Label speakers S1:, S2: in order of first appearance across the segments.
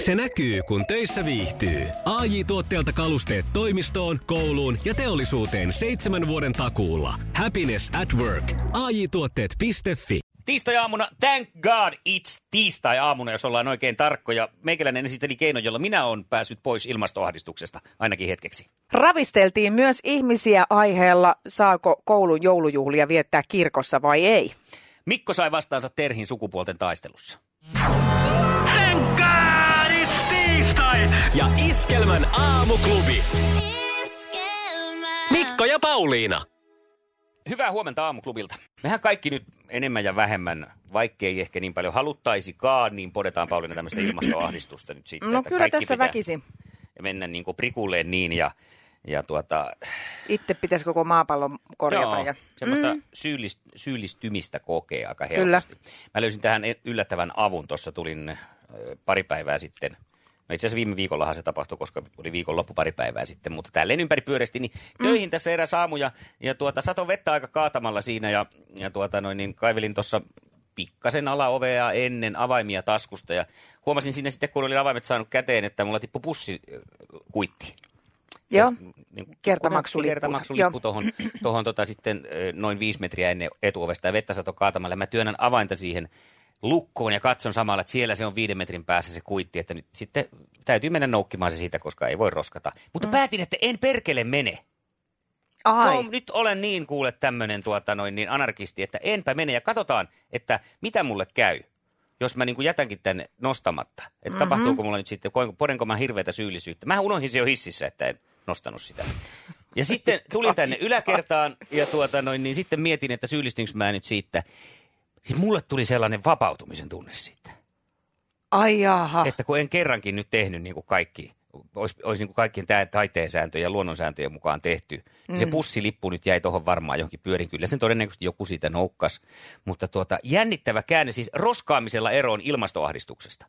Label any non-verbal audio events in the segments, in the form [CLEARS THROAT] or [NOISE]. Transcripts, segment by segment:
S1: Se näkyy, kun töissä viihtyy. ai tuotteelta kalusteet toimistoon, kouluun ja teollisuuteen seitsemän vuoden takuulla. Happiness at work. ai tuotteetfi
S2: Tiistai-aamuna, thank god it's tiistai-aamuna, jos ollaan oikein tarkkoja. Meikäläinen esitteli keino, jolla minä olen päässyt pois ilmastoahdistuksesta, ainakin hetkeksi.
S3: Ravisteltiin myös ihmisiä aiheella, saako koulun joulujuhlia viettää kirkossa vai ei.
S2: Mikko sai vastaansa Terhin sukupuolten taistelussa.
S1: Thank God it's tiistai! Ja Iskelmän aamuklubi. Mikko ja Pauliina.
S2: Hyvää huomenta aamuklubilta. Mehän kaikki nyt enemmän ja vähemmän, vaikkei ehkä niin paljon haluttaisikaan, niin podetaan Pauliina tämmöistä ilmastoahdistusta nyt sitten.
S3: No
S2: että
S3: kyllä
S2: kaikki
S3: tässä
S2: pitää
S3: väkisin.
S2: Mennä niin kuin prikulleen niin ja, ja tuota,
S3: Itse pitäisi koko maapallon korjata.
S2: Joo,
S3: ja...
S2: semmoista mm. syyllis, syyllistymistä kokee aika
S3: Kyllä.
S2: helposti. Kyllä. Mä löysin tähän e- yllättävän avun, tuossa tulin ö, pari päivää sitten. No itse asiassa viime viikollahan se tapahtui, koska oli viikonloppu pari päivää sitten, mutta tälleen ympäri pyörästi, niin
S3: Mm.
S2: töihin tässä eräs aamu ja, ja tuota, sato vettä aika kaatamalla siinä ja, ja tuota, noin, niin kaivelin tuossa pikkasen alaovea ennen avaimia taskusta ja huomasin siinä sitten, kun olin avaimet saanut käteen, että mulla tippui pussi ö, kuitti
S3: Joo.
S2: niin kuin
S3: Kertamaksulippu.
S2: Kertamaksulippu
S3: Joo.
S2: tuohon, tuohon tota sitten ö, noin viisi metriä ennen etuovesta ja vettä sato kaatamalla. Mä työnnän avainta siihen lukkoon ja katson samalla, että siellä se on viiden metrin päässä se kuitti, että nyt sitten täytyy mennä noukkimaan se siitä, koska ei voi roskata. Mutta mm. päätin, että en perkele mene. Se
S3: Ai,
S2: on, nyt olen niin kuule tämmöinen tuota, noin, niin anarkisti, että enpä mene ja katsotaan, että mitä mulle käy, jos mä niin kuin jätänkin tänne nostamatta. Että mm-hmm. tapahtuuko mulla nyt sitten, koenko- podenko mä hirveätä syyllisyyttä. Mä unohdin se jo hississä, että en nostanut sitä. Ja sitten tulin tänne yläkertaan ja tuota, noin, niin sitten mietin, että syyllistinkö mä nyt siitä. Siis mulle tuli sellainen vapautumisen tunne siitä
S3: ai jaha.
S2: että kun en kerrankin nyt tehnyt niin kuin kaikki, olisi, olisi niin kuin kaikkien tämä taiteen sääntöjen ja luonnonsääntöjen mukaan tehty, niin se pussilippu nyt jäi tuohon varmaan johonkin pyörin. Kyllä sen todennäköisesti joku siitä noukkas, mutta tuota, jännittävä käänne siis roskaamisella eroon ilmastoahdistuksesta.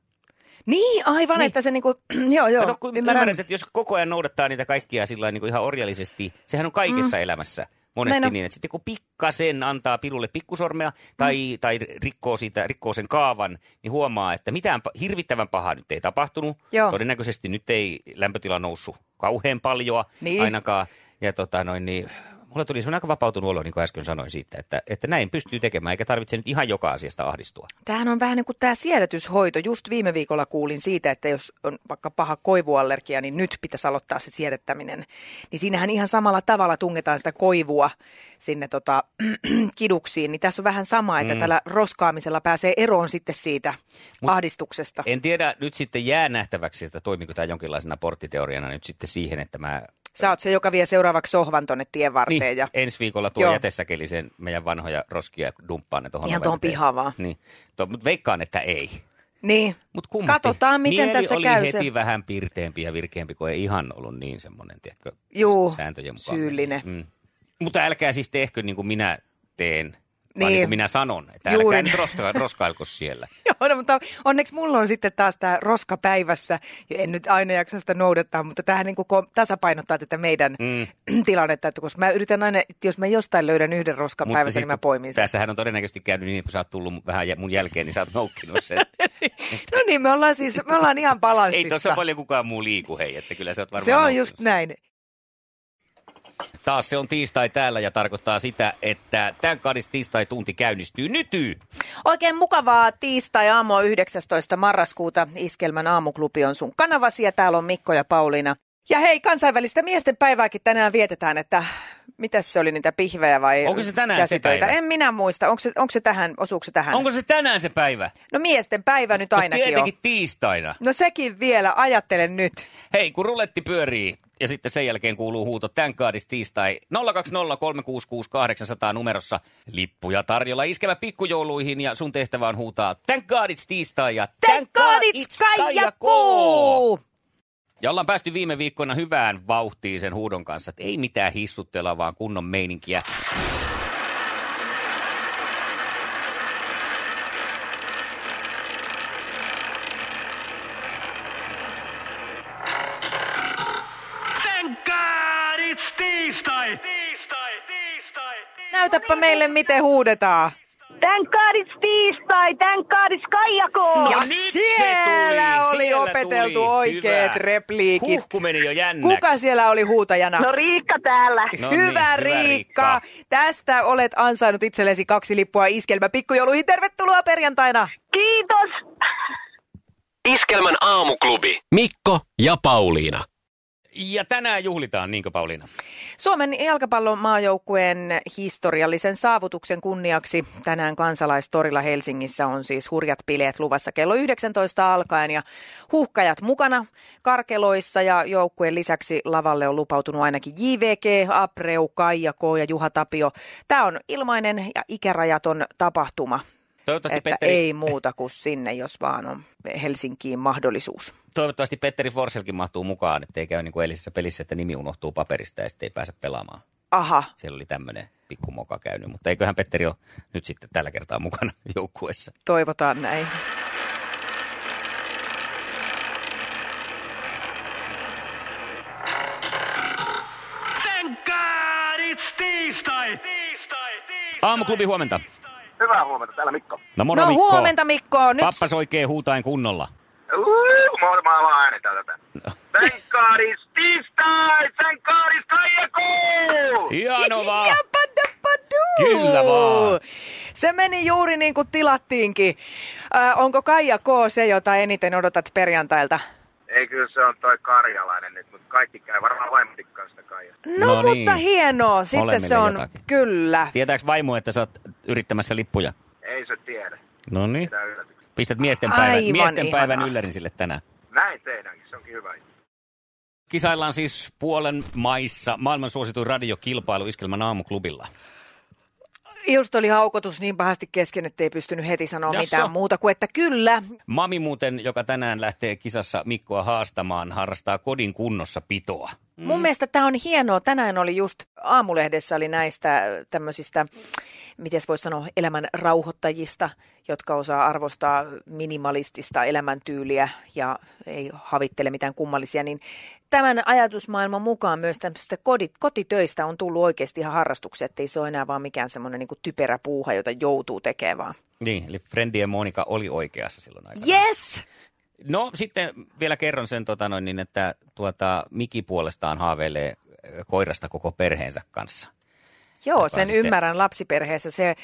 S3: Niin, aivan,
S2: Niin.
S3: että se niinku, [CLEARS THROAT] joo, joo,
S2: Kato, kun
S3: ymmärrän.
S2: ymmärrät, että jos koko ajan noudattaa niitä kaikkia sillä lailla niin kuin ihan orjallisesti, sehän on kaikessa mm. elämässä.
S3: Näin
S2: Monesti
S3: on.
S2: niin, että sitten kun pikkasen antaa pirulle pikkusormea tai, mm. tai rikkoo, siitä, rikkoo sen kaavan, niin huomaa, että mitään pa- hirvittävän pahaa nyt ei tapahtunut.
S3: Joo.
S2: Todennäköisesti nyt ei lämpötila noussut kauhean paljon
S3: Niin.
S2: ainakaan. Ja tota noin, niin mulla tuli semmoinen aika vapautunut olo, niin kuin äsken sanoin siitä, että, että näin pystyy tekemään, eikä tarvitse nyt ihan joka asiasta ahdistua.
S3: Tämähän on vähän niin kuin tämä siedätyshoito. Just viime viikolla kuulin siitä, että jos on vaikka paha koivuallergia, niin nyt pitäisi aloittaa se siedättäminen. Niin siinähän ihan samalla tavalla tungetaan sitä koivua sinne tota, [CLEARS THROAT] kiduksiin. Niin tässä on vähän sama, että mm. tällä roskaamisella pääsee eroon sitten siitä Mut ahdistuksesta.
S2: En tiedä, nyt sitten jää nähtäväksi, että toimiko tämä jonkinlaisena porttiteoriana nyt sitten siihen, että mä
S3: Sä oot se, joka vie seuraavaksi sohvan tonne tien varteen.
S2: niin,
S3: ja...
S2: ensi viikolla tuo
S3: Joo.
S2: jätesäkelisen meidän vanhoja roskia ja dumppaan ne tuohon
S3: Ihan
S2: oven
S3: tuohon
S2: eteen.
S3: pihaan vaan.
S2: Niin. To, mutta veikkaan, että ei.
S3: niin.
S2: Mut kummasti.
S3: Katsotaan, miten
S2: Mieli
S3: tässä
S2: oli
S3: käy
S2: heti
S3: se
S2: vähän pirteempi ja virkeämpi, kun ei ihan ollut niin semmoinen, tiedätkö,
S3: Juu,
S2: sääntöjen mukaan.
S3: syyllinen.
S2: Mm. Mutta älkää siis tehkö niin kuin minä teen, vaan
S3: Niin.
S2: niin kuin minä sanon. Että
S3: Juuri
S2: älkää
S3: näin.
S2: nyt roska, roskailko
S3: [LAUGHS]
S2: siellä.
S3: Joo, no, mutta onneksi mulla on sitten taas tämä roska päivässä. Ja En nyt aina jaksa sitä noudattaa, mutta tähän niin tasapainottaa tätä meidän mm. [CLEARS THROAT] tilannetta. Että koska mä yritän aina, että jos mä jostain löydän yhden roskan
S2: Mutta siis
S3: päivässä, niin mä
S2: kun
S3: poimin sen.
S2: Tässähän on todennäköisesti käynyt niin, kun sä oot tullut mun- vähän jä- mun jälkeen, niin sä oot noukkinut
S3: [LAUGHS]
S2: sen.
S3: No niin, me ollaan siis, me ollaan
S2: [LAUGHS]
S3: ihan
S2: Ei
S3: balanssissa.
S2: tuossa paljon kukaan muu liiku, hei, että kyllä sä oot varmaan
S3: siis se on
S2: noukkinut
S3: just
S2: sen.
S3: näin.
S2: Taas se on tiistai täällä ja tarkoittaa sitä, että tämän kadis tiistai tunti käynnistyy nyty.
S3: Oikein mukavaa tiistai aamua 19. marraskuuta. Iskelmän aamuklubi on sun kanavasi ja täällä on Mikko ja Pauliina. Ja hei, kansainvälistä miesten päivääkin tänään vietetään, että mitäs se oli niitä pihvejä vai
S2: Onko se tänään se
S3: käsitöitä?
S2: päivä?
S3: En minä muista. Onko se, onko se tähän, osuuko se tähän?
S2: Onko se tänään se päivä?
S3: No miesten päivä nyt
S2: No
S3: ainakin on.
S2: tietenkin tiistaina.
S3: No sekin vielä, ajattele nyt.
S2: Hei, kun ruletti pyörii ja sitten sen jälkeen kuuluu huuto tämän kaadis tiistai 020366800 numerossa. Lippuja tarjolla iskevä pikkujouluihin ja sun tehtävä on huutaa tämän kaadis tiistai ja
S3: Tän
S2: God
S3: kaadits
S2: it's Kaijakoo!
S3: kaijakuu!
S2: Ja ollaan päästy viime viikkoina hyvään vauhtiin sen huudon kanssa, että ei mitään hissuttelua, vaan kunnon meininkiä.
S1: Thank God it's tiistai! Tiistai! Tiistai!
S3: Näytäpä meille, miten huudetaan.
S4: Thank God it's tiistai! goodbye, thank God it's Kaijako!
S2: No
S3: ja
S2: nyt se
S3: siellä
S2: tuli,
S3: oli
S2: siellä
S3: opeteltu
S2: tuli.
S3: oikeat
S2: Hyvä.
S3: repliikit.
S2: Huhku meni jo jännäksi.
S3: Kuka siellä oli huutajana?
S4: No Riikka täällä.
S2: No niin,
S3: hyvä,
S2: hyvä
S3: Riikka.
S2: Riikka.
S3: Tästä olet ansainnut itsellesi kaksi lippua iskelmä pikkujouluihin. Tervetuloa perjantaina.
S4: Kiitos.
S1: Iskelmän aamuklubi. Mikko ja Pauliina.
S2: Ja tänään juhlitaan, niinkö Pauliina?
S3: Suomen jalkapallon maajoukkueen historiallisen saavutuksen kunniaksi tänään kansalaistorilla Helsingissä on siis hurjat bileet luvassa kello 19 alkaen ja huuhkajat mukana karkeloissa ja joukkueen lisäksi lavalle on lupautunut ainakin JVG, Apreu, Kaija K ja Juha Tapio. Tämä on ilmainen ja ikärajaton tapahtuma.
S2: Toivottavasti,
S3: Että
S2: Petteri,
S3: ei muuta kuin sinne, jos vaan on Helsinkiin mahdollisuus.
S2: toivottavasti Petteri Forselkin mahtuu mukaan, ettei käy niin kuin eilisessä pelissä, että nimi unohtuu paperista ja sitten ei pääse pelaamaan.
S3: Aha,
S2: Siellä oli tämmöinen pikku moka käynyt, mutta eiköhän Petteri ole nyt sitten tällä kertaa mukana [LAUGHS] joukkueessa.
S3: toivotaan näin.
S5: Thank God it's tiistai! Tiistai! tiistai.
S2: Aamuklubi huomenta.
S6: Hyvää huomenta, täällä Mikko.
S2: No, moro,
S3: No
S2: Mikko.
S3: huomenta Mikko, nyt
S2: Pappas oikein huutain kunnolla.
S6: Uuu, mä oon maailman ääni täältä. tää. Thank God it's tiistai! Thank God it's Kaijaku!
S2: Hieno vaan.
S3: Japadapadu!
S2: Kyllä vaan.
S3: Se meni juuri niin kuin tilattiinkin. Äh, onko Kaija K. se, jota eniten odotat perjantailta?
S6: Ei kyllä se on toi karjalainen nyt, mutta kaikki käy varmaan vaimotikkaan sitä Kaijaa.
S3: No,
S2: No niin.
S3: mutta hienoa. Sitten
S2: Molemmille
S3: se on,
S2: jotakin.
S3: kyllä.
S2: Tietääks vaimo, että sä oot yrittämässä lippuja?
S6: Ei se tiedä.
S2: No niin.
S6: Mitä yllätyksiä.
S2: Pistät miesten päivän,
S3: Aivan
S2: miesten päivän
S3: ihanaa.
S2: yllärin sille tänään.
S6: Näin tehdäänkin, se onkin hyvä. juttu.
S2: Kisaillaan siis Puolen maissa maailman suosituin radiokilpailu Iskelmän aamuklubilla.
S3: Just oli haukotus niin pahasti kesken, että ei pystynyt heti sanoa
S2: Jasso.
S3: mitään muuta kuin, että kyllä.
S2: Mami muuten, joka tänään lähtee kisassa Mikkoa haastamaan, harrastaa kodin kunnossa pitoa.
S3: Mm. Mun mielestä tämä on hienoa. Tänään oli just aamulehdessä oli näistä äh, tämmöisistä, miten voi sanoa, elämän rauhoittajista, jotka osaa arvostaa minimalistista elämäntyyliä ja ei havittele mitään kummallisia, niin tämän ajatusmaailman mukaan myös tämmöisistä kodit, kotitöistä on tullut oikeasti ihan harrastuksia, ettei se ole enää vaan mikään semmoinen niin typerä puuha, jota joutuu tekemään.
S2: Niin, eli Frendien Monika oli oikeassa silloin aikana.
S3: Yes!
S2: No sitten vielä kerron sen, tota noin, niin, että tuota, Miki puolestaan haaveilee ö, koirasta koko perheensä kanssa.
S3: Joo,
S2: Joka
S3: sen
S2: sitten-
S3: ymmärrän lapsiperheessä. Se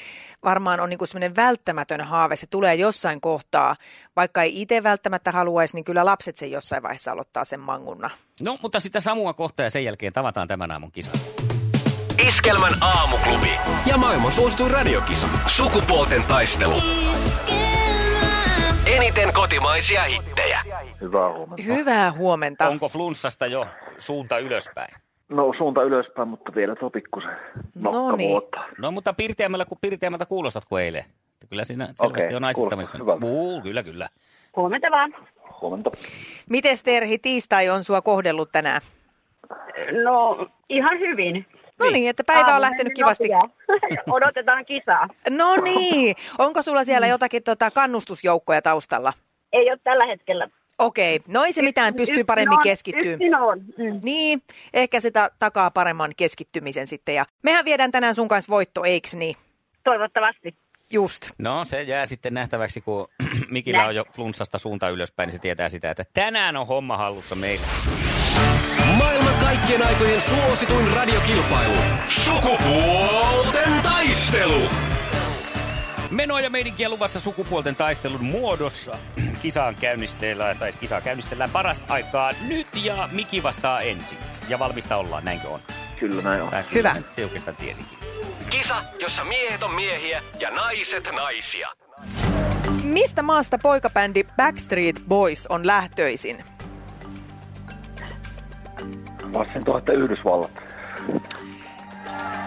S3: varmaan on niin semmoinen välttämätön haave. Se tulee jossain kohtaa. Vaikka ei itse välttämättä haluaisi, niin kyllä lapset sen jossain vaiheessa aloittaa sen mangunna.
S2: No, mutta sitä Samua kohta ja sen jälkeen tavataan tämän aamun kisa.
S1: Iskelmän aamuklubi. Ja maailman suosituin radiokisa. Sukupuolten taistelu. Eniten kotimaisia hittejä.
S7: Hyvää huomenta.
S3: Hyvää huomenta.
S2: Onko flunssasta jo suunta ylöspäin?
S7: No suunta ylöspäin, mutta vielä topikkusen
S3: No
S7: nokka
S3: niin.
S7: vuotta.
S2: No mutta pirteämmällä kuin pirteämmältä kuulostat kuin eilen. Kyllä siinä selvästi
S7: Okei,
S2: on naisittamista.
S7: kuulostaa hyvältä.
S2: Uu, kyllä, kyllä.
S4: Huomenta vaan.
S7: Huomenta.
S3: Mites Terhi, tiistai on sua kohdellut tänään?
S4: No, ihan hyvin.
S3: No niin, että päivä on
S4: Aamu
S3: lähtenyt
S4: meni
S3: kivasti.
S4: nopeaa. [LAUGHS] Odotetaan kisaa.
S3: No niin, onko sulla siellä
S2: Mm.
S3: jotakin tota kannustusjoukkoja taustalla?
S4: Ei ole tällä hetkellä.
S3: Okei, no ei se mitään, pystyy
S4: Yksin
S3: paremmin
S4: on,
S3: keskittymään.
S4: Yksin on. Mm.
S3: Niin, ehkä se ta- takaa paremman keskittymisen sitten. Ja mehän viedään tänään sun kanssa voitto, eiks niin?
S4: Toivottavasti.
S3: Just.
S2: No se jää sitten nähtäväksi, kun [CLEARS THROAT] Mikillä on jo flunssasta suunta ylöspäin, niin se tietää sitä, että tänään on homma hallussa meillä.
S1: Maailman kaikkien aikojen suosituin radiokilpailu. Sukupuolten taistelu.
S2: Menoa ja meidinkiä luvassa sukupuolten taistelun muodossa. [CLEARS THROAT] Kisaan käynnistellään, tai kisaa käynnistellään parasta aikaa nyt ja Miki vastaa ensin. Ja valmista ollaan, näinkö on?
S7: Kyllä näin on.
S2: Tää kyllä
S3: Hyvä.
S2: nyt Se oikeastaan tiesinkin.
S1: Kisa, jossa miehet on miehiä ja naiset naisia.
S3: Mistä maasta poikabändi Backstreet Boys on lähtöisin?
S7: Vasten tuhatta Yhdysvallat.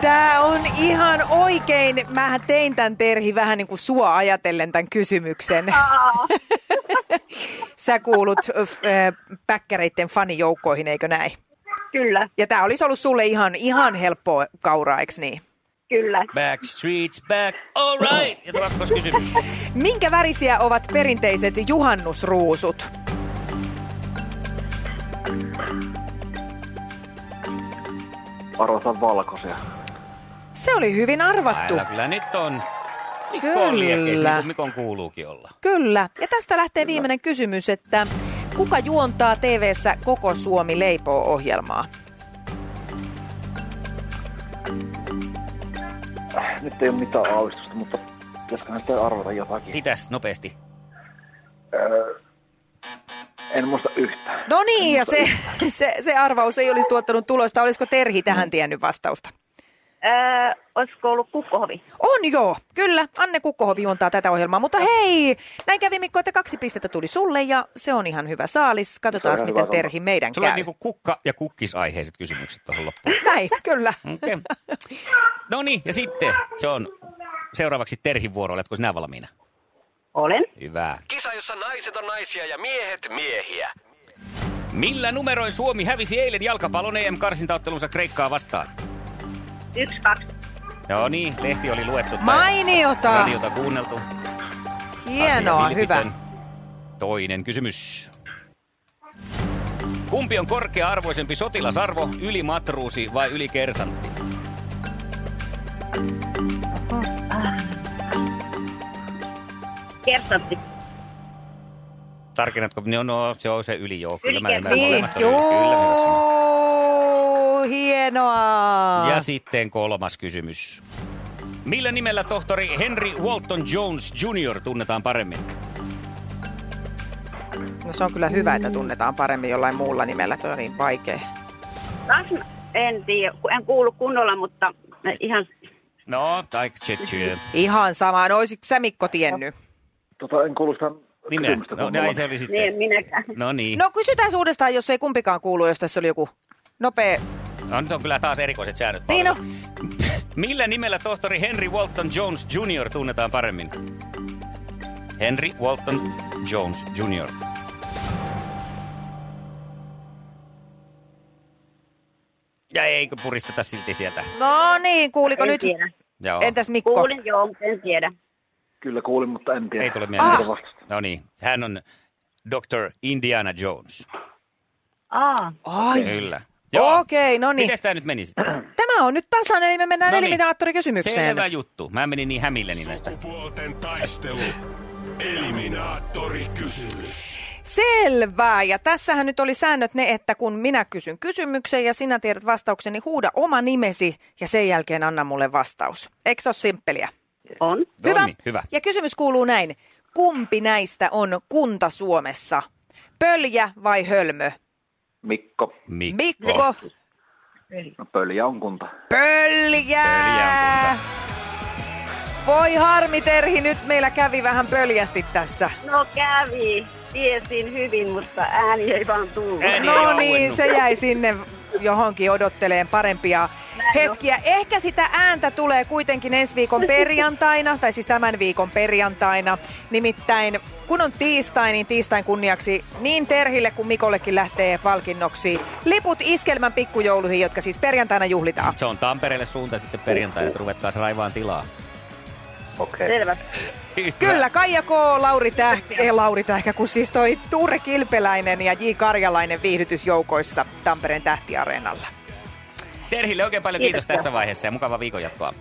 S3: Tää on ihan oikein. Mä tein tän Terhi vähän niin kuin sua ajatellen tämän kysymyksen. [LAUGHS] Sä kuulut äh, päkkäreitten fanijoukkoihin, eikö näin?
S4: Kyllä,
S3: Ja tää olisi ollut sulle ihan, ihan helppoa kauraa, eikö niin?
S4: kyllä.
S2: Back streets back, all right! Ja kakkoskysymys.
S3: Minkä värisiä ovat perinteiset juhannusruusut?
S7: Arvata valkoisia.
S3: Se oli hyvin arvattu.
S2: Täällä kyllä nyt on Mikko on liekeissä, niin
S3: Kyllä.
S2: kuin Mikon kuuluukin olla.
S3: Kyllä. Ja tästä lähtee viimeinen kysymys, että kuka juontaa TV-ssä Koko Suomi leipoo ohjelmaa?
S7: Äh, Nyt ei ole mitään aavistusta, mutta pitäisiköhän sitä arvata jotakin.
S2: Pitäis nopeasti.
S7: Öö, en muista yhtään.
S3: No niin, ja se, se, se arvaus ei olisi tuottanut tulosta. Olisiko Terhi tähän tiennyt vastausta?
S4: Öö, olisiko ollut kukkohovi?
S3: On joo, kyllä. Anne Kukkohovi juontaa tätä ohjelmaa. Mutta hei, näin kävi Mikko, että kaksi pistettä tuli sulle ja se on ihan hyvä saalis. Katsotaan,
S7: Se on ihan
S3: miten
S7: hyvä
S3: Terhi meidän
S2: Sulla
S3: käy.
S2: on niinku kukka- ja kukkisaiheiset kysymykset tuohon loppuun.
S3: Näin, kyllä. [LAUGHS]
S2: Okei. No niin, ja sitten se on seuraavaksi Terhin vuoro. Oletko sinä valmiina?
S4: Olen.
S2: Hyvä.
S5: Kisa, jossa naiset on naisia ja miehet miehiä.
S2: Millä numeroin Suomi hävisi eilen jalkapallon EM-karsintaottelunsa Kreikkaa vastaan?
S4: Yksi, kaksi.
S2: Joo niin, lehti oli luettu. tai
S3: Mainiota.
S2: Radiota kuunneltu.
S3: Hienoa,
S2: Asia
S3: hyvä.
S2: vilpitön. Toinen kysymys. Kumpi on korkea-arvoisempi sotilasarvo, ylimatruusi vai ylikersantti?
S4: Kersantti.
S2: Tarkennatko? No, no, se on se yli, joo. Kyllä mä ymmärrän.
S4: Niin,
S2: Molemmat on yli. Kyllä, hyvä sanottu.
S3: Joo, hienoa.
S2: Ja sitten kolmas kysymys. Millä nimellä tohtori Henry Walton Jones Jr. tunnetaan paremmin?
S3: No se on kyllä hyvä, että tunnetaan paremmin jollain muulla nimellä. Tuo on niin vaikea.
S4: Taas mä- en tiedä, ku- en kuulu kunnolla, mutta mä ihan
S2: No, tai Jr.
S3: Ihan sama. No olisitko sä Mikko tiennyt?
S7: Tota, en kuulu sitä
S2: Nimeä.
S7: kysymystä.
S2: No,
S7: kun
S2: näin
S7: mulla-
S2: se oli sitten.
S4: niin en minäkään.
S2: No niin.
S3: No kysytään uudestaan, jos ei kumpikaan kuulu, jos tässä oli joku nopea.
S2: No, nyt on kyllä taas erikoiset säännöt.
S3: Niin
S2: Paula. Millä nimellä tohtori Henry Walton Jones Jr. tunnetaan paremmin? Henry Walton Jones Jr. Ja eikö puristeta silti sieltä?
S3: No niin, kuuliko
S4: En
S3: nyt?
S4: tiedä.
S2: Joo.
S3: Entäs Mikko?
S4: Kuulin joo, mutta en tiedä.
S7: Kyllä kuulin, mutta en tiedä.
S2: Ei tule mieleen.
S3: Ah.
S7: Mitä vastasta?
S2: No niin, hän on Dr. Indiana Jones.
S4: Aa,
S3: Ai,
S2: Kyllä.
S3: Okei, no niin.
S2: Miten tämä nyt meni sitten?
S3: tämä on nyt tasainen, eli me mennään
S2: No
S3: no
S2: niin.
S3: niin. eliminaattorikysymykseen.
S2: Selvä juttu. Mä menin niin hämilleni näistä.
S5: Sukupuolten taistelu. Eliminaattori kysymys.
S3: Selvä. Ja tässähän nyt oli säännöt ne, että kun minä kysyn kysymyksen ja sinä tiedät vastauksen, niin huuda oma nimesi ja sen jälkeen anna mulle vastaus. Eikö se ole simppeliä?
S4: on.
S2: No
S3: Hyvä.
S2: niin, hyvä.
S3: Ja kysymys kuuluu näin. Kumpi näistä on kunta Suomessa? Pöljä vai hölmö?
S7: Mikko.
S2: Mikko.
S3: Mikko.
S7: No, pöljä on kunta.
S3: Pöljä!
S2: Pöljä on
S3: Voi harmi Terhi, nyt meillä kävi vähän pöljästi tässä.
S4: No kävi. Tiesin hyvin, mutta ääni ei vaan tullut.
S2: Ääni ei
S3: No
S2: auennut.
S3: niin, se jäi sinne johonkin odotteleen parempia hetkiä. Ehkä sitä ääntä tulee kuitenkin ensi viikon perjantaina, tai siis tämän viikon perjantaina. Nimittäin kun on tiistai, niin tiistain kunniaksi niin Terhille kuin Mikollekin lähtee palkinnoksi liput iskelmän pikkujouluihin, jotka siis perjantaina juhlitaan.
S2: Se on Tampereelle suunta sitten perjantaina, että ruvetkaa se raivaan tilaa.
S7: Okei.
S4: Selvä.
S3: Kyllä, Kaija K, Lauri Tähkä, ei Lauri Tähkä, kun siis toi Tuure Kilpeläinen ja J. Karjalainen viihdytysjoukoissa Tampereen tähtiareenalla.
S2: Terhille oikein paljon kiitos,
S4: Kiitoksia.
S2: tässä vaiheessa ja mukava viikon jatkoa.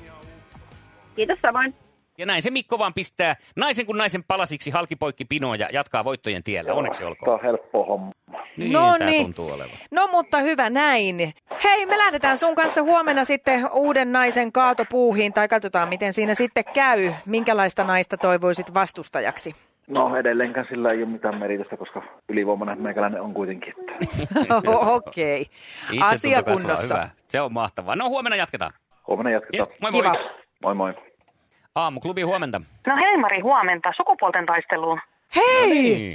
S4: Kiitos samoin.
S2: Ja näin se Mikko vaan pistää naisen kuin naisen palasiksi halkipoikki pinoon ja jatkaa voittojen tiellä. Onneksi
S7: Tämä
S2: olkoon.
S7: on helppo homma.
S2: Niin, tää tuntuu olevan.
S3: No mutta hyvä näin. Hei, me lähdetään sun kanssa huomenna sitten uuden naisen kaatopuuhiin tai katsotaan miten siinä sitten käy. Minkälaista naista toivoisit vastustajaksi?
S7: No edelleenkään sillä ei ole mitään merkitystä, koska ylivoimainen meikäläinen on kuitenkin.
S2: [LAUGHS]
S7: Että
S3: [LAUGHS] Okei. Okay.
S2: Niin. Itse
S3: Asia kunnossa.
S2: Hyvä. Se on mahtavaa. No huomenna jatketaan.
S7: huomenna
S2: Yes,
S7: jatketaan.
S2: moi moi.
S3: Kiva.
S7: Moi moi.
S2: Aamuklubi huomenta.
S8: No hei Mari, huomenta sukupuolten taisteluun.
S3: Hei,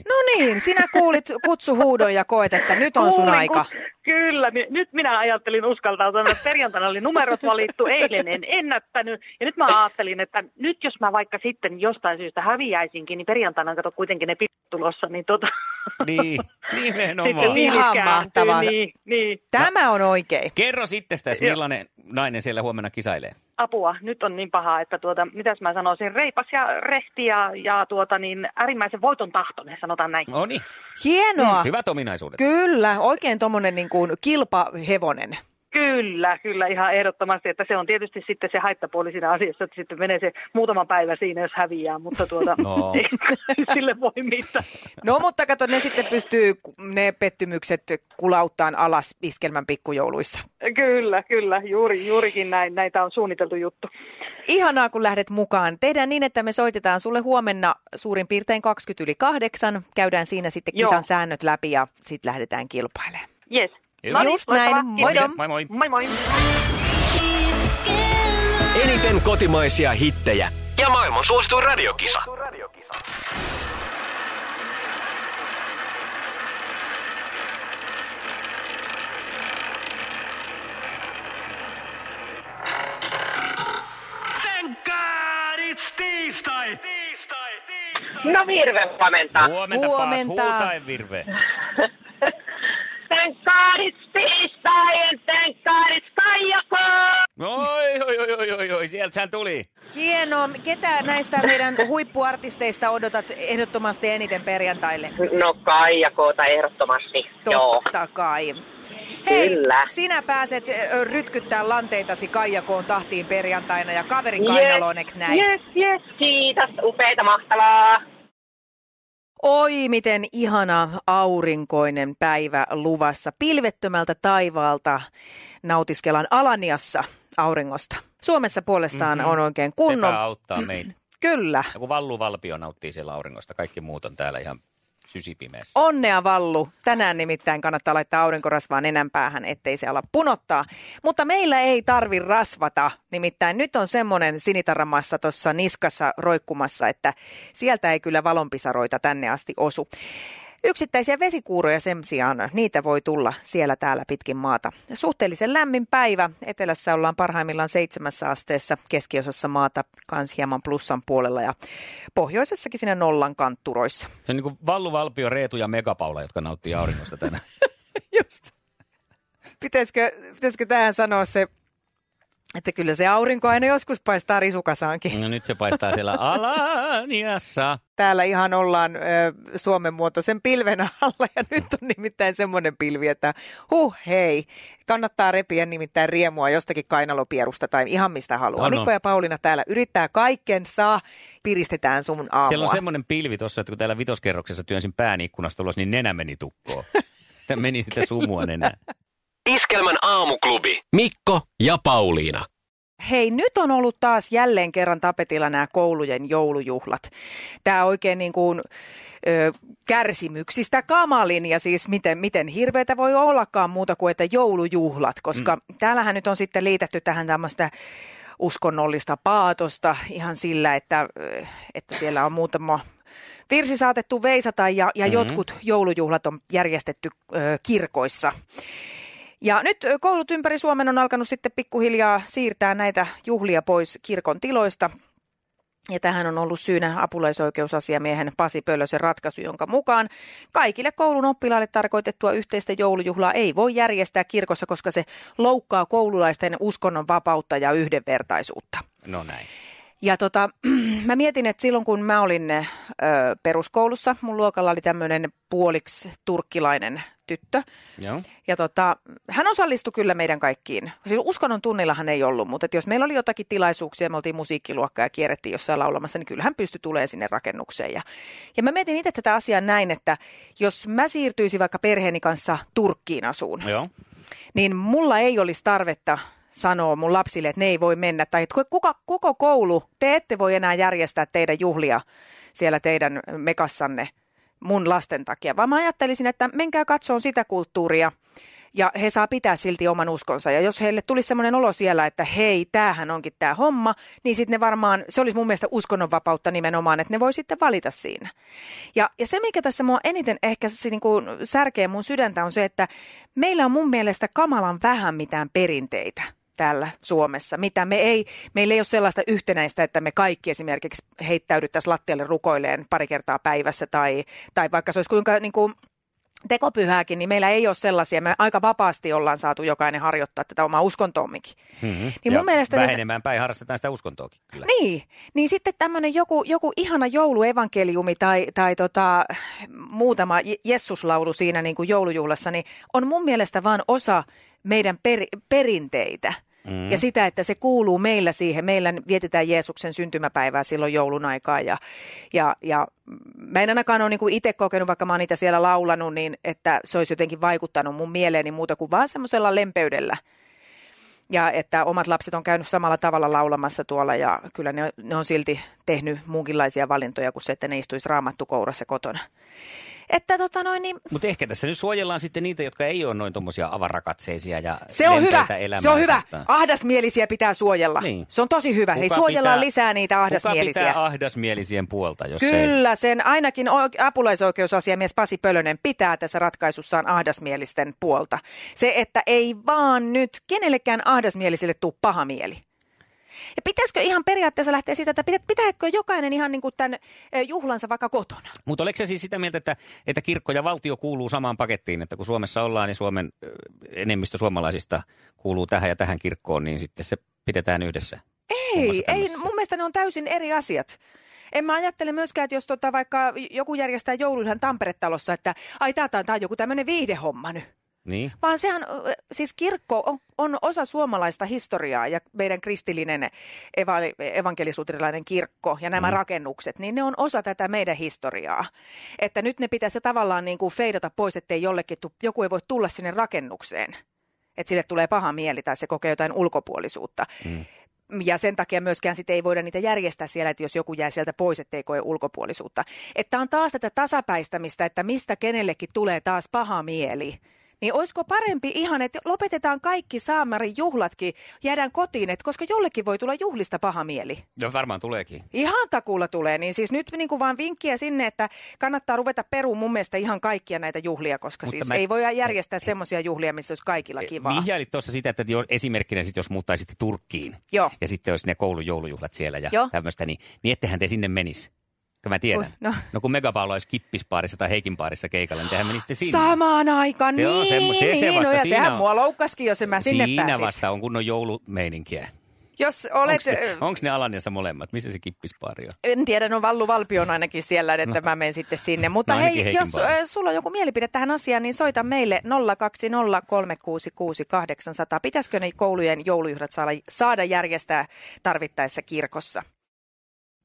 S3: no
S2: niin.
S3: niin. sinä kuulit kutsuhuudon ja koet, että nyt on sun
S8: Kuulin,
S3: aika.
S8: kun- Kyllä, ni- nyt minä ajattelin uskaltaa sanoa, että perjantaina oli numerot valittu, eilen en ennättänyt. Ja nyt mä ajattelin, että nyt jos mä vaikka sitten jostain syystä häviäisinkin, niin perjantaina on kato kuitenkin ne pitkät tulossa, niin tota...
S3: [LAUGHS]
S2: Niin,
S8: sitten
S2: nimenomaan.
S3: No Ihan
S8: tiilis kääntyy,
S3: mahtavaa.
S8: Niin, niin,
S3: Tämä on oikein.
S2: Kerro sitten tästä, millainen nainen siellä huomenna kisailee.
S8: apua, nyt on niin paha, että tuota, mitäs mä sanoisin, reipas ja rehti ja, ja tuota niin äärimmäisen voiton tahtoinen, sanotaan näin.
S2: No niin,
S3: Hienoa.
S2: hyvät ominaisuudet.
S3: Kyllä, oikein tuommoinen niin kuin kilpahevonen.
S8: Kyllä, kyllä ihan ehdottomasti, että se on tietysti sitten se haittapuoli siinä asiassa, että sitten menee se muutama päivä siinä, jos häviää, mutta tuota,
S2: No.
S8: no. ei [LAUGHS] sille voi mitään.
S3: No mutta kato, ne sitten pystyy ne pettymykset kulauttaan alas iskelmän pikkujouluissa.
S8: Kyllä, kyllä, juuri, juurikin näin, näitä on suunniteltu juttu.
S3: Ihanaa, kun lähdet mukaan. Tehdään niin, että me soitetaan sulle huomenna suurin piirtein 20 yli 8. Käydään siinä sitten
S8: Joo.
S3: kisan säännöt läpi ja sitten lähdetään kilpailemaan.
S8: Yes.
S2: Hyvä.
S3: Just näin. Moi,
S2: Moi
S8: Moi
S2: moi.
S8: moi. moi.
S1: Eniten kotimaisia hittejä
S5: Ja maailman suosituin radiokisa. Thank God it's tiistai! Tiistai! Tiistai!
S9: No Virve, huomenta.
S2: Huomenta,
S3: Huomenta.
S2: Paas. Huutain virve.
S9: Thank God it's tiistai and thank God it's Kaijako!
S2: Oi, oi, oi, oi, oi, oi. Sieltä sehän tuli.
S3: Hienoa. Ketä näistä meidän huippuartisteista odotat ehdottomasti eniten perjantaille?
S9: No Kaijakoota ehdottomasti, joo.
S3: Totta kai. Hei,
S9: Kyllä.
S3: sinä pääset ö, rytkyttää lanteitasi Kaijakoon tahtiin perjantaina ja kaverin kainaloon, eks näin?
S9: Yes, yes, kiitos, upeita, mahtavaa.
S3: Oi, miten ihana aurinkoinen päivä luvassa. Pilvettömältä taivaalta nautiskellaan Alaniassa auringosta. Suomessa puolestaan mm-hmm. on oikein kunnon.
S2: Sepä auttaa meitä.
S3: Kyllä.
S2: Ja kun Vallu Valpio nauttii siellä auringosta, kaikki muut on täällä ihan sysipimeessä.
S3: Onnea Vallu. Tänään nimittäin kannattaa laittaa aurinkorasvaa nenän päähän, ettei se ala punottaa. Mutta meillä ei tarvi rasvata. Nimittäin nyt on semmoinen sinitarramassa tuossa niskassa roikkumassa, että sieltä ei kyllä valonpisaroita tänne asti osu. Yksittäisiä vesikuuroja sen sijaan, niitä voi tulla siellä täällä pitkin maata. Suhteellisen lämmin päivä. Etelässä ollaan parhaimmillaan seitsemässä asteessa, keskiosassa maata kans hieman plussan puolella ja pohjoisessakin siinä nollan kantturoissa.
S2: Se on niin kuin Vallu Valpio, Reetu ja Megapaula, jotka nauttii auringosta tänään.
S3: Just. Pitäisikö, pitäisikö tähän sanoa se, että kyllä se aurinko aina joskus paistaa risukasaankin. Mm.
S2: No nyt se paistaa siellä Alaniassa.
S3: Täällä ihan ollaan ö, Suomen muotoisen pilven alla ja nyt on nimittäin semmoinen pilvi, että huh hei, kannattaa repiä nimittäin riemua jostakin kainalopierusta tai ihan mistä haluaa.
S2: No,
S3: No,
S2: no.
S3: Mikko ja Pauliina täällä yrittää kaikkensa, piristetään sun aamua.
S2: Siellä on semmoinen pilvi tuossa, että kun täällä vitoskerroksessa työnsin pään ikkunasta ulos, niin nenä meni tukkoon. Tämä meni sitä sumua nenään.
S5: Iskelmän aamuklubi.
S1: Mikko ja Pauliina.
S3: Hei, nyt on ollut taas jälleen kerran tapetilla nämä koulujen joulujuhlat. Tämä oikein niin kuin, ö, kärsimyksistä kamalin ja siis miten, miten hirveätä voi ollakaan muuta kuin että joulujuhlat, koska mm. täällähän nyt on sitten liitetty tähän tämmöistä uskonnollista paatosta ihan sillä, että, ö, että siellä on muutama virsi saatettu veisata ja, ja mm-hmm. jotkut joulujuhlat on järjestetty ö, kirkoissa. Ja nyt ö, koulut ympäri Suomen on alkanut sitten pikkuhiljaa siirtää näitä juhlia pois kirkon tiloista. Ja tähän on ollut syynä apulaisoikeusasiamiehen Pasi Pöllösen ratkaisu, jonka mukaan kaikille koulun oppilaille tarkoitettua yhteistä joulujuhlaa ei voi järjestää kirkossa, koska se loukkaa koululaisten uskonnon vapautta ja yhdenvertaisuutta.
S2: No näin.
S3: Ja tota, [CLEARS THROAT] mä mietin, että silloin kun mä olin ö, peruskoulussa, mun luokalla oli tämmöinen puoliksi turkkilainen tyttö,
S2: Joo.
S3: ja tota, hän osallistui kyllä meidän kaikkiin. Siis uskonnon tunnillahan ei ollut, mutta et jos meillä oli jotakin tilaisuuksia, me oltiin musiikkiluokkaa ja kierrettiin jossain laulamassa, niin kyllä hän pystyi tulemaan sinne rakennukseen. Ja, ja mä mietin itse tätä asiaa näin, että jos mä siirtyisin vaikka perheeni kanssa Turkkiin asuun,
S2: Joo.
S3: niin mulla ei olisi tarvetta sanoa mun lapsille, että ne ei voi mennä. Tai että kuka, koko koulu, te ette voi enää järjestää teidän juhlia siellä teidän mekassanne mun lasten takia. Vaan mä ajattelisin, että menkää katsoon sitä kulttuuria ja he saa pitää silti oman uskonsa. Ja jos heille tulisi semmoinen olo siellä, että hei, tämähän onkin tämä homma, niin sitten ne varmaan, se olisi mun mielestä uskonnonvapautta nimenomaan, että ne voi sitten valita siinä. Ja, ja se, mikä tässä mua eniten ehkä se, niin kuin, särkee mun sydäntä, on se, että meillä on mun mielestä kamalan vähän mitään perinteitä täällä Suomessa, mitä me ei, meillä ei ole sellaista yhtenäistä, että me kaikki esimerkiksi heittäydyttäisiin lattialle rukoileen pari kertaa päivässä tai, tai vaikka se olisi kuinka niin kuin, tekopyhääkin, niin meillä ei ole sellaisia. Me aika vapaasti ollaan saatu jokainen harjoittaa tätä omaa uskontoommekin. Mm-hmm.
S2: ja
S3: Niin mun mielestä se,
S2: vähenemään päin harrastetaan sitä uskontoakin kyllä.
S3: niin, niin sitten tämmöinen joku, joku ihana jouluevankeliumi tai, tai tota, muutama Je- Jeesuslaulu siinä niin kuin joulujuhlassa, niin on mun mielestä vaan osa meidän per, perinteitä. Mm. Ja sitä, että se kuuluu meillä siihen. Meillä vietetään Jeesuksen syntymäpäivää silloin joulun aikaa. Ja, ja, ja mä en ainakaan ole niin itse kokenut, vaikka mä oon niitä siellä laulanut, niin että se olisi jotenkin vaikuttanut mun mieleeni muuta kuin vaan semmoisella lempeydellä ja että omat lapset on käynyt samalla tavalla laulamassa tuolla ja kyllä ne, ne on silti tehnyt muunkinlaisia valintoja kuin se, että ne istuisi raamattukourassa kotona. Että tota noin, niin
S2: Mutta ehkä tässä nyt suojellaan sitten niitä, jotka ei ole noin tuommoisia avarakatseisia ja
S3: se on
S2: lempeitä
S3: hyvä,
S2: elämää
S3: se on hyvä.
S2: kohtaan.
S3: Ahdasmielisiä pitää suojella.
S2: Niin.
S3: Se on tosi hyvä. Hei,
S2: Kuka
S3: suojellaan
S2: pitää-
S3: lisää niitä ahdasmielisiä.
S2: Kuka pitää ahdasmielisien puolta, jos ei...
S3: Kyllä, sen ainakin oike- apulaisoikeusasiamies Pasi Pölönen pitää tässä ratkaisussaan ahdasmielisten puolta. Se, että ei vaan nyt kenellekään ahdasmielisille tuu paha mieli. Ja pitäisikö ihan periaatteessa lähteä siitä, että pitä- pitääkö jokainen ihan niin kuin tämän eh, juhlansa vaikka kotona?
S2: Mutta oletko se siis sitä mieltä, että, että kirkko ja valtio kuuluu samaan pakettiin, että kun Suomessa ollaan, niin Suomen ö, enemmistö suomalaisista kuuluu tähän ja tähän kirkkoon, niin sitten se pidetään yhdessä?
S3: Ei,
S2: Onko se
S3: ei,
S2: tämmöisessä?
S3: mun mielestä ne on täysin eri asiat. En mä ajattele myöskään, että jos tota vaikka joku järjestää jouluilhan Tampere-talossa, että ai tää, tää, on- tää on joku tämmöinen viihdehomma nyt.
S2: Niin?
S3: Vaan sehän, ö, siis kirkko on, on osa suomalaista historiaa ja meidän kristillinen eva- evankelisuuterilainen kirkko ja nämä mm. rakennukset, niin ne on osa tätä meidän historiaa. Että nyt ne pitäisi tavallaan niin kuin feidata pois, ettei jollekin, tu- joku ei voi tulla sinne rakennukseen. Että sille tulee paha mieli tai se kokee jotain ulkopuolisuutta. Mm. Ja sen takia myöskään sit ei voida niitä järjestää siellä, että jos joku jää sieltä pois, ettei koe ulkopuolisuutta. Että on taas tätä tasapäistämistä, että mistä kenellekin tulee taas paha mieli. Niin olisiko parempi ihan, että lopetetaan kaikki Saamarin juhlatkin, jäädään kotiin, että koska jollekin voi tulla juhlista paha mieli.
S2: No varmaan tuleekin.
S3: Ihan takuulla tulee, niin siis nyt niin kuin vaan vinkkiä sinne, että kannattaa ruveta peruun mun mielestä ihan kaikkia näitä juhlia, koska
S2: Mutta
S3: siis
S2: mä- Eh,
S3: ei voi järjestää semmoisia juhlia, missä olisi kaikilla kivaa.
S2: Vihjailit tuossa sitä, että jo, esimerkkinä sit, jos muuttaisitte Turkkiin
S3: Joo.
S2: ja sitten olisi ne koulun joulujuhlat siellä ja
S3: Joo.
S2: tämmöistä, niin, niin ettehän te sinne menisi. Kun mä tiedän.
S3: Ui, no.
S2: no. kun Megapallo olisi kippispaarissa tai Heikinpaarissa keikalla, niin tehän menisitte sinne.
S3: Samaan aikaan,
S2: Se
S3: niin,
S2: on semmo- se- se
S3: niin,
S2: vasta
S3: no ja
S2: siinä
S3: sehän
S2: on.
S3: mua loukkaskin, jos en mä sinne
S2: Siinä
S3: pääsis.
S2: vasta on kunnon joulumeininkiä.
S3: Jos
S2: Onko
S3: olet, eh,
S2: ne,
S3: ö,
S2: onks ne Alanensa molemmat? Missä se kippispaari on?
S3: en tiedä, no Vallu Valpi on ainakin siellä, että mä menen sitten sinne. Mutta
S2: No ainakin
S3: hei,
S2: Heikin
S3: jos
S2: puolella.
S3: ö, sulla on joku mielipide tähän asiaan, niin soita meille 020366800. Pitäisikö ne koulujen joulujuhlat saada, saada järjestää tarvittaessa kirkossa?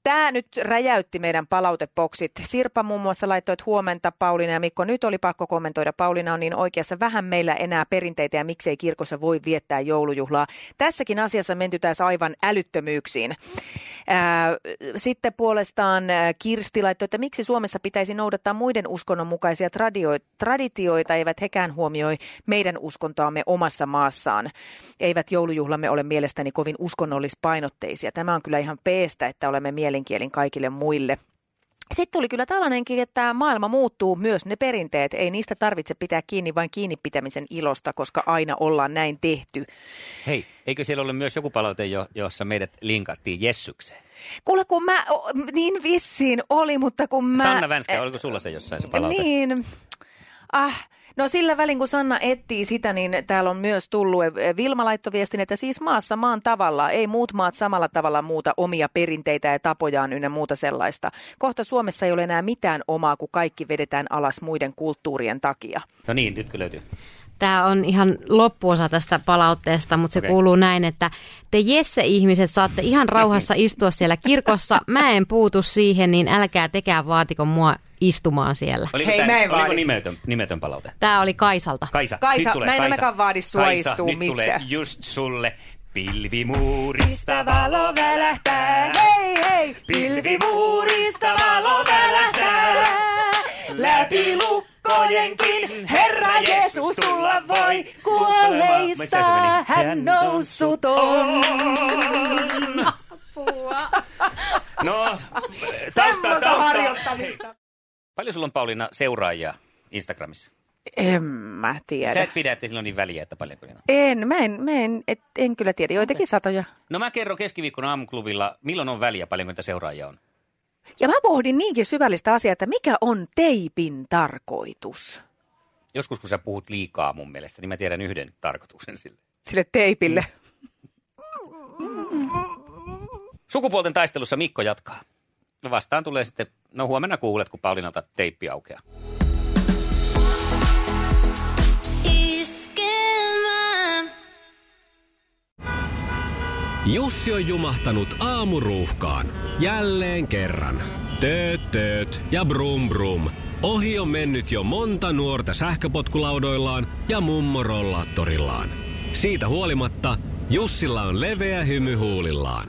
S3: Tämä nyt räjäytti meidän palauteboksit. Sirpa muun muassa laittoi, että huomenta Pauliina ja Mikko, nyt oli pakko kommentoida. Pauliina on niin oikeassa, vähän meillä enää perinteitä ja miksei kirkossa voi viettää joulujuhlaa. Tässäkin asiassa menty tässä aivan älyttömyyksiin. Ää, Sitten puolestaan ää, Kirsti laittoi, että miksi Suomessa pitäisi noudattaa muiden uskonnon mukaisia tradio- traditioita, eivät hekään huomioi meidän uskontoamme omassa maassaan. Eivät joulujuhlamme ole mielestäni kovin uskonnollispainotteisia. Tämä on kyllä ihan peestä, että olemme mielinkielin kaikille muille. Sitten tuli kyllä tällainenkin, että maailma muuttuu, myös ne perinteet. Ei niistä tarvitse pitää kiinni vain kiinni pitämisen ilosta, koska aina ollaan näin tehty.
S2: Hei, eikö siellä ole myös joku palaute, jo, jossa meidät linkattiin Jessukseen?
S3: Kuule, kun mä, o- niin vissiin oli, mutta kun mä...
S2: Mä... Sanna Vänskä, oliko sulla se jossain se palaute?
S3: Niin. Ah, no sillä välin kun Sanna etsii sitä, niin täällä on myös tullut eh, Vilma laittoi viestin, että siis maassa maan tavalla. Ei muut maat samalla tavalla muuta omia perinteitä ja tapojaan ynnä muuta sellaista. Kohta Suomessa ei ole enää mitään omaa, kun kaikki vedetään alas muiden kulttuurien takia.
S2: No niin, nytkö löytyy?
S10: Tämä on ihan loppuosa tästä palautteesta, mutta se
S2: Okei.
S10: okay. kuuluu näin, että te Jesse-ihmiset saatte ihan rauhassa istua siellä kirkossa. Mä en puutu siihen, niin älkää tekään vaatiko mua istumaan siellä.
S2: Oliko,
S3: Hei,
S2: tää,
S3: mä en
S2: oliko
S3: vaadi.
S2: nimetön, nimetön palaute?
S10: Tämä oli Kaisalta.
S2: Kaisa,
S3: Kaisa,
S2: nyt tulee,
S3: mä en
S2: Kaisa,
S3: ainakaan vaadi sua
S2: Kaisa,
S3: istuu
S2: nyt tulee
S3: missään.
S2: just sulle pilvimuurista valo
S3: valo
S2: välähtää.
S3: välähtää, hei hei!
S2: Pilvimuurista valo välähtää. Läpi lukkojenkin Herra Jeesus tulla voi. Kuolleista hän noussut
S3: on. [LAUGHS]
S2: No, tausta,
S3: Semmoista
S2: tausta.
S3: harjoittamista.
S2: Paljon sulla on Pauliina seuraajia Instagramissa?
S3: En mä tiedä.
S2: Sä et pidä, että sillä on niin väliä, että paljonko niitä on.
S3: En, mä en, mä en, et, en kyllä tiedä. Joitakin satoja.
S2: No mä kerron keskiviikkona aamuklubilla, milloin on väliä, paljonko niitä seuraajia on.
S3: Ja mä pohdin niinkin syvällistä asiaa, että mikä on teipin tarkoitus?
S2: joskus kun sä puhut liikaa mun mielestä, niin mä tiedän yhden tarkoituksen sille.
S3: Sille teipille.
S2: Sukupuolten taistelussa Mikko jatkaa. No Vastaan tulee sitten, no huomenna kuulet, kun Paulinalta teippi aukeaa.
S1: Jussi on jumahtanut aamuruuhkaan. Jälleen kerran. Tööt, tööt ja brum brum. Ohi on mennyt jo monta nuorta sähköpotkulaudoillaan ja mummorollaattorillaan. Siitä huolimatta Jussilla on leveä hymy huulillaan.